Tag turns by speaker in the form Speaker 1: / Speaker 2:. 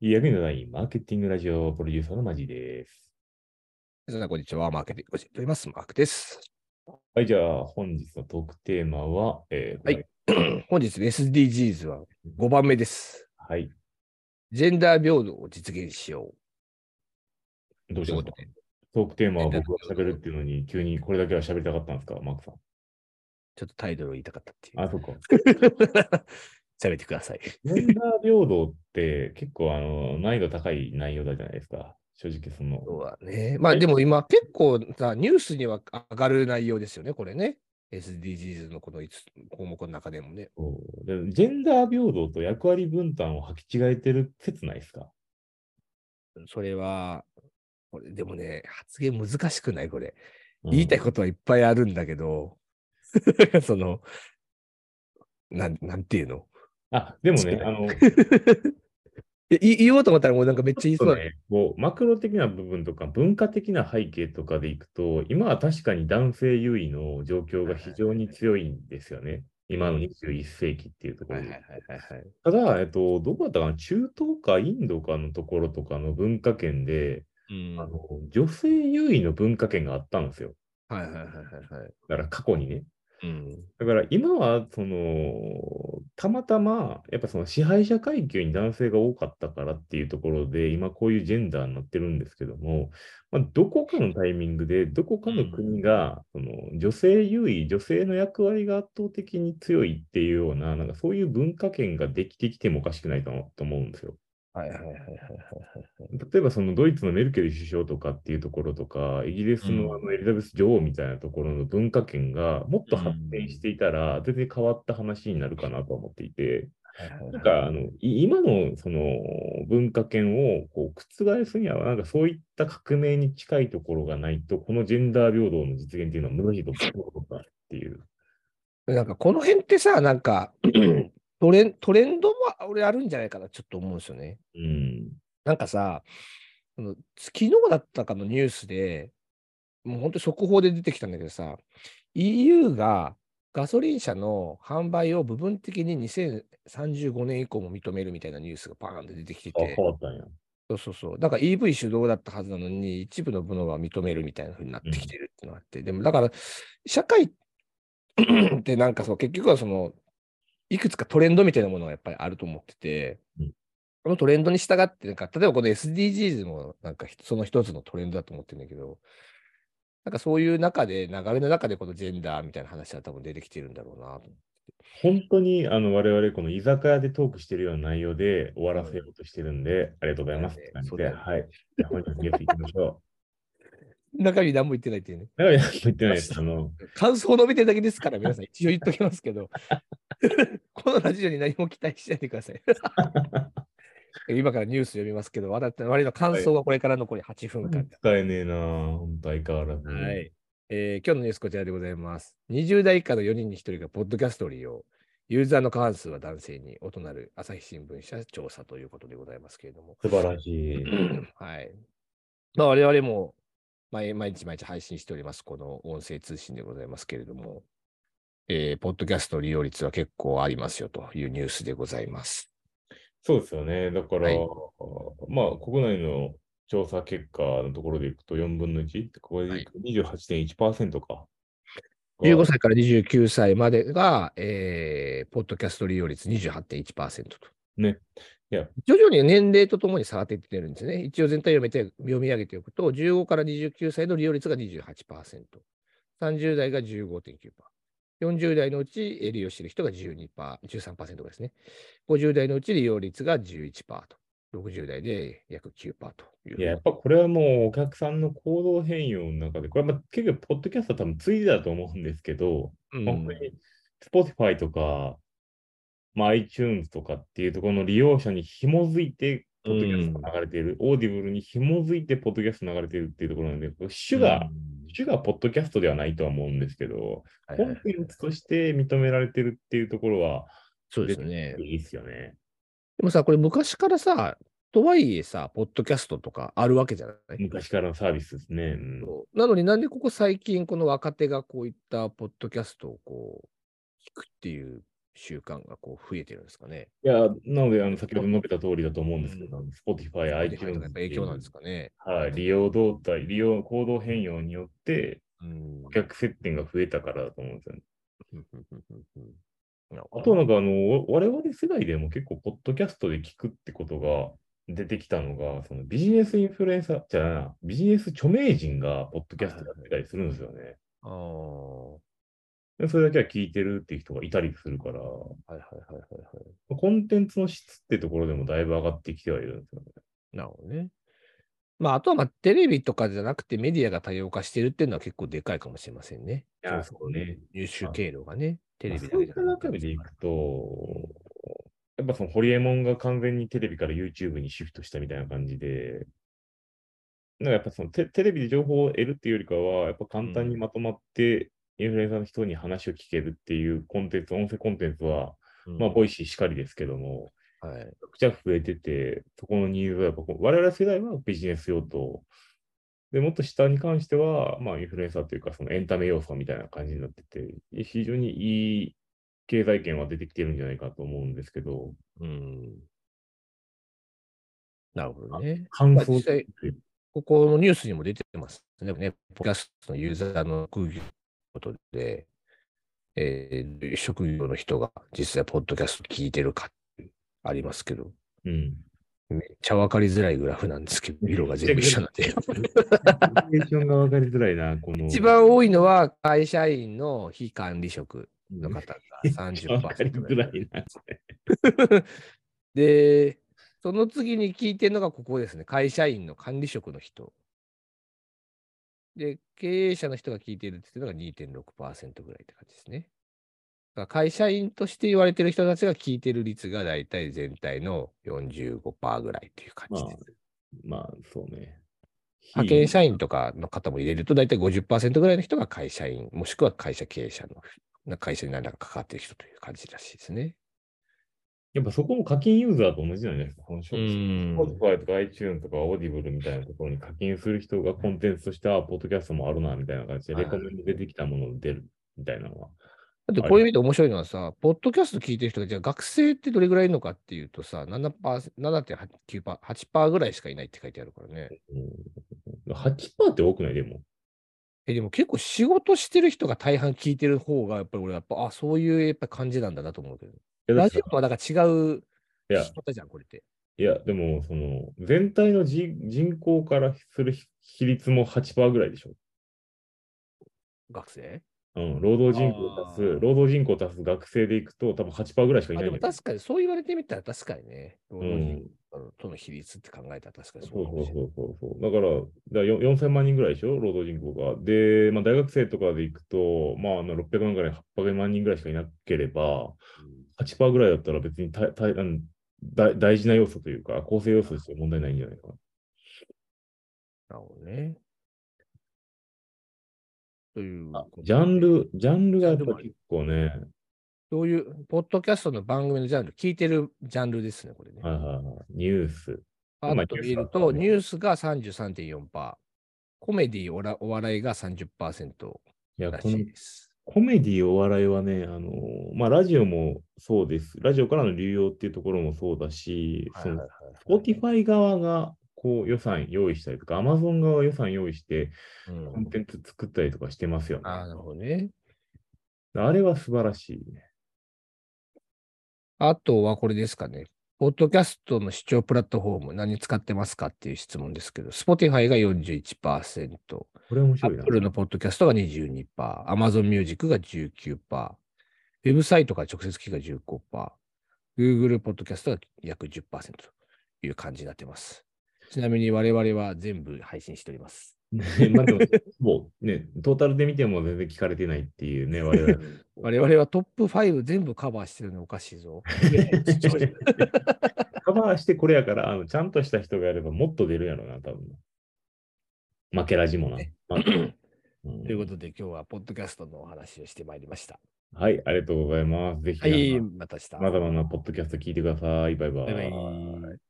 Speaker 1: 役に立たないマーケティングラジオプロデューサーのマジです。
Speaker 2: 皆さん、こんにちは。マーケティングを教えております。マークです。
Speaker 1: はい、じゃあ本日のトークテーマは、えー、これ
Speaker 2: 本日、SDGs は5番目です。
Speaker 1: はい、
Speaker 2: ジェンダー平等を実現しよ
Speaker 1: ど
Speaker 2: う。
Speaker 1: うし
Speaker 2: とい
Speaker 1: た
Speaker 2: う
Speaker 1: ですかト
Speaker 2: んことで、
Speaker 1: ークテーマは僕が喋るっていうのに、急にこれだけは喋りたかったんですか、マークさん。
Speaker 2: ちょっとタイトルを言いたかったってい
Speaker 1: あ、
Speaker 2: う。
Speaker 1: そっか。
Speaker 2: 喋ってください。
Speaker 1: ジェンダー平等って結構あの難易度高い内容だじゃないですか。正直その
Speaker 2: 今。日はね。まあ、でも今、結構さ、ニュースには上がる内容ですよね、これね。SDGs のこの5つ項目の中でもね。
Speaker 1: そうでジェンダー平等と役割分担を履き違えてる説ないですか
Speaker 2: それは、これでもね、発言難しくないこれ。
Speaker 1: うん
Speaker 2: 言いたいことはいっぱいあるんだけど、 その、なん、なんていうの
Speaker 1: あ、でも
Speaker 2: 少
Speaker 1: ね
Speaker 2: な、い
Speaker 1: あの、
Speaker 2: いい言おうと思ったらもうなんかめっちゃ言いそうだね。
Speaker 1: ね、こうマクロ的な部分とか文化的な背景とかでいくと、今は確かに男性優位の状況が非常に強いんですよね。今の21世紀っていうところで。
Speaker 2: はい。
Speaker 1: ただ、えっと、どこだったかな、中東かインドかのところとかの文化圏で、
Speaker 2: うん
Speaker 1: あ
Speaker 2: はい
Speaker 1: の女性優位の文化圏があったんですよ。
Speaker 2: はいはいはいはい。
Speaker 1: だから過去にね。
Speaker 2: うん。
Speaker 1: だから今は、その、たまたま、やっぱその支配者階級に男性が多かったからっていうところで、今こういうジェンダーになってるんですけども、まあ、どこかのタイミングで、どこかの国が、その女性優位、女性の役割が圧倒的に強いっていうような、なんかそういう文化圏ができてきてもおかしくないかなと思うんですよ。
Speaker 2: はいはいはいはいはい。
Speaker 1: 例えばそのドイツのメルケル首相とかっていうところとか、イギリスの
Speaker 2: う
Speaker 1: あ
Speaker 2: ん
Speaker 1: のエリザベス女王みたいなところの文化圏がもっと発展していたら、全然変わった話になるかなと思っていて、なんかあのい今のその文化圏をこう覆すには、なんかそういった革命に近いところがないと、このジェンダー平等の実現っていうのは難しいところだっていう。
Speaker 2: なんかこの辺ってさ、な んかトレントレンドも俺あるんじゃないかなちょっと思うんですよね。
Speaker 1: うん。
Speaker 2: なんかさ、あの昨日だったかのニュースで、もう本当に速報で出てきたんだけどさ、EU がガソリン車の販売を部分的に2035年以降も認めるみたいなニュースがバーンって出てきて
Speaker 1: あ、
Speaker 2: て
Speaker 1: 変、わったんや。
Speaker 2: そうそうそう。だから EV 主導だったはずなのに、一部のものは認めるみたいな風になってきてるっていうのがあって、でもだから、社会 ってなんかそう、結局はその、いくつかトレンドみたいなものがやっぱりあると思ってて、
Speaker 1: うん
Speaker 2: このトレンドに従って、なんか、例えばこの SDGs もなんかひその一つのトレンドだと思ってるんだけど、なんかそういう中で、流れの中でこのジェンダーみたいな話は多分出てきてるんだろうなと。
Speaker 1: 本当にあの我々この居酒屋でトークしてるような内容で終わらせようとしてるんで、ありがとうございますって感じ
Speaker 2: そう
Speaker 1: で、
Speaker 2: だよね
Speaker 1: はい。じゃあ本日のゲスト行きましょ
Speaker 2: 中身何も言ってないっていうね。
Speaker 1: う。だ からやっぱ言ってないです。あ の、
Speaker 2: 感想を述べてるだけですから、皆さん、一応言っときますけど、 このラジオに何も期待しないでください。 今からニュース読みますけど、我々の感想はこれから残り8分間。
Speaker 1: 使えねえなぁ、本当相変わらず。
Speaker 2: はいえー今日のニュースこちらでございます。20代以下の4人に1人がポッドキャストを利用。ユーザーの過半数は男性に、異なる朝日新聞社調査ということでございますけれども。
Speaker 1: 素晴らしい。
Speaker 2: はい。まあ、我々も毎毎日毎日配信しております、この音声通信でございますけれども、えーポッドキャスト利用率は結構ありますよというニュースでございます。
Speaker 1: そうですよね。だから、
Speaker 2: はい
Speaker 1: まあ、国内の調査結果のところでいくと4分の1、ここでいくと28.1%か。
Speaker 2: 15歳から29歳までが、えーポッドキャスト利用率28.1%と。
Speaker 1: ね。いや。
Speaker 2: 徐々に年齢とともに下がっていってるんですね。一応全体を読めて読み上げておくと、15から29歳の利用率が28%、30代が15.9%、40代のうちえー利用している人が12%、13%ぐらいですね。50代のうち利用率が11%と、60代で約9%という。
Speaker 1: いや、やっぱこれはもうお客さんの行動変容の中で、これはまあ結局、ポッドキャストは多分ついでだと思うんですけど、
Speaker 2: うん
Speaker 1: 本当に Spotify とか、まあ、iTunes とかっていうところの利用者に紐づいて、ポッドキャストが流れている、オーディブルに紐づいて、ポッドキャスト流れているっていうところなんで、これ主が、主がポッドキャストではないとは思うんですけど、
Speaker 2: はい
Speaker 1: コ
Speaker 2: はい
Speaker 1: ンテンツとして認められてるっていうところは、
Speaker 2: そうですよね。
Speaker 1: いいですよね。
Speaker 2: でもさ、これ昔からさ、とはいえさ、ポッドキャストとかあるわけじゃない
Speaker 1: 昔からのサービスですね。うん
Speaker 2: そうなのになんでここ最近この若手がこういったポッドキャストをこう聞くっていう習慣がこう増えてるんですかね。
Speaker 1: いや、なので、あの、先ほど述べた通りだと思うんですけど、Spotify、
Speaker 2: 日本と
Speaker 1: iTunes
Speaker 2: かやっぱ影響なんですかね。
Speaker 1: はい、利用動態、利用行動変容によって、
Speaker 2: うん
Speaker 1: 顧客接点が増えたからだと思うんですよね。
Speaker 2: なるほ
Speaker 1: あ
Speaker 2: ど
Speaker 1: と、なんか、あの、我々世代でも結構、ポッドキャストで聞くってことが出てきたのが、そのビジネスインフルエンサー、じゃないな、ビジネス著名人がポッドキャストやってたりするんですよね。
Speaker 2: ああ。
Speaker 1: でそれだけは聞いてるっていう人がいたりするから、
Speaker 2: はいはいはいはいは
Speaker 1: コンテンツの質ってところでもだいぶ上がってきてはいるんですよね。
Speaker 2: い。なるほどね。まあ、あとはまあテレビとかじゃなくてメディアが多様化してるっていうのは結構でかいかもしれませんね。
Speaker 1: いやそうね。
Speaker 2: 入手経路がね、テレビだ
Speaker 1: そう
Speaker 2: け
Speaker 1: い
Speaker 2: じ
Speaker 1: っ
Speaker 2: ゃ
Speaker 1: た
Speaker 2: なく
Speaker 1: 中で
Speaker 2: て
Speaker 1: い。くと、やっぱそのホリエモンが完全にテレビから YouTube にシフトしたみたいな感じで、なんかやっぱそのテテレビで情報を得るっていうよりかは、やっぱ簡単にまとまって、インフルエンサーの人に話を聞けるっていうコンテンツ、音声コンテンツは、
Speaker 2: うん
Speaker 1: まあ、ボイシーしかりですけども、
Speaker 2: はい。
Speaker 1: めちゃくちゃ増えてて、そこのニーズはやっぱこう、我々世代はビジネス用途、でもっと下に関しては、まあ、インフルエンサーというか、そのエンタメ要素みたいな感じになってて、非常にいい経済圏は出てきてるんじゃないかと思うんですけど、
Speaker 2: うん。なるほどね。
Speaker 1: 感
Speaker 2: まあ
Speaker 1: 想
Speaker 2: 実際ここのニュースにも出てますね。ねポッドキャストのユーザーの職業ことで、えー職業の人が実際ポッドキャスト聞いてるかっていうありますけど、
Speaker 1: うん。
Speaker 2: めっちゃ分かりづらいグラフなんですけど、色が全部一緒なんで。
Speaker 1: バリエーションが分かりづらいな、この。
Speaker 2: 一番多いのは会社員の非管理職
Speaker 1: うん
Speaker 2: の方が
Speaker 1: 分かり
Speaker 2: 30%ぐ
Speaker 1: づ
Speaker 2: ら
Speaker 1: ら
Speaker 2: い。
Speaker 1: いな。
Speaker 2: で、その次に聞いてるのがここですね。会社員の管理職の人。で、経営者の人が聞いてるっていうのが2.6%ぐらいって感じですね。だから会社員として言われてる人たちが聞いてる率がだいたい全体の45%ぐらいっていう感じです。
Speaker 1: まあ、そうね。
Speaker 2: 派遣社員とかの方も入れると、大体50%ぐらいの人が会社員、もしくは会社経営者の、な会社に何らか関わってる人という感じらしいですね。
Speaker 1: やっぱそこも課金ユーザーと同じなんじゃないですか。この職種
Speaker 2: Spotify
Speaker 1: Spotify とか iTunes とか Audible みたいなところに課金する人がコンテンツとして、あ、ポッドキャストもあるな、みたいな感じで、
Speaker 2: はい
Speaker 1: レコメンド出てきたもの出るみたいなのは。
Speaker 2: だってこれ見て面白いのはさ、ポッドキャスト聞いてる人が、じゃあ学生ってどれぐらいいるのかっていうとさ、7%パー7.8%、8%ぐらいしかいないって書いてあるからね。
Speaker 1: うん、8%って多くないでも。
Speaker 2: え、でも結構仕事してる人が大半聞いてる方が、やっぱり俺はやっぱ、あ、そういうやっぱ感じなんだなと思うけど。
Speaker 1: いやだ
Speaker 2: ラ
Speaker 1: って
Speaker 2: ジオとはだから違う
Speaker 1: いや、
Speaker 2: 方じゃん、これって。
Speaker 1: いやでも、その、全体のじ人口からする比率も8%ぐらいでしょ。
Speaker 2: 学生
Speaker 1: うん、労働人口足す
Speaker 2: あ、ー
Speaker 1: 労働人口足す学生でいくと、多分8%ぐらいしかい
Speaker 2: あ、
Speaker 1: ない
Speaker 2: で
Speaker 1: ん
Speaker 2: も
Speaker 1: だよ
Speaker 2: 確かにそう言われてみたら確かにね、労働
Speaker 1: うん
Speaker 2: 人口との比率って考えたら確かに
Speaker 1: そう
Speaker 2: か
Speaker 1: そ
Speaker 2: も
Speaker 1: う
Speaker 2: しれ
Speaker 1: そ
Speaker 2: ないう
Speaker 1: そうそう。だから、だよ4000万人ぐらいでしょ、労働人口が。で、まあ、大学生とかで行くと、まあ、あの600万から800万人ぐらいしかいなければ、8%ぐらいだったら別に大大あの大大事な要素というか、構成要素としては問題ないんじゃないかな。
Speaker 2: なるほどね。ということで。
Speaker 1: ジャンル、ジャンルがやっぱ
Speaker 2: ジャンルもある
Speaker 1: 結構ね、
Speaker 2: どういう、ポッドキャストの番組のジャンル、聞いてるジャンルですね、これね。
Speaker 1: はいはいはいニュース。
Speaker 2: パ
Speaker 1: まあ
Speaker 2: ッと見る
Speaker 1: ニュースだか
Speaker 2: と、
Speaker 1: らね
Speaker 2: ニュースが33.4%、コメディおらお笑いが30%
Speaker 1: いや、
Speaker 2: ら
Speaker 1: こ
Speaker 2: し
Speaker 1: の
Speaker 2: いです。
Speaker 1: コメディお笑いはね、あのまあ、ラジオもそうです。ラジオからの流用っていうところもそうだし、その
Speaker 2: ァ
Speaker 1: Spotify 側がこう予算用意したりとか、Amazon 側が予算用意して、
Speaker 2: イ、う
Speaker 1: コン
Speaker 2: ん、
Speaker 1: テンツ作ったりとかしてますよね。
Speaker 2: あーなるほどね。
Speaker 1: あれは素晴らしいね。
Speaker 2: あとはこれですかね。ポッドキャストの視聴プラットフォーム、何使ってますかっていう質問ですけど、Spotify が41%、
Speaker 1: これ面白いな。
Speaker 2: Apple のポッドキャストが22%、Amazon Music が19%、ウェブサイトから直接聞きが15%、Google ポッドキャストが約10%という感じになってます。ちなみに我々は全部配信しております。
Speaker 1: まあでも、もうね、トータルで見ても全然聞かれてないっていうね、我々。
Speaker 2: 我々はトップ5全部カバーしてるのおかしいぞ。
Speaker 1: カバーしてこれやから、あのちゃんとした人がやればもっと出るやろな、多分。負けラジもな。まあうん
Speaker 2: ということで今日はポッドキャストのお話をしてまいりました。
Speaker 1: はい、ありがとうございます。ぜひ
Speaker 2: は
Speaker 1: 皆
Speaker 2: い、
Speaker 1: さん、
Speaker 2: また明日。
Speaker 1: まだまだポッドキャスト聞いてください。バイバ
Speaker 2: バイバ
Speaker 1: イ。
Speaker 2: イ。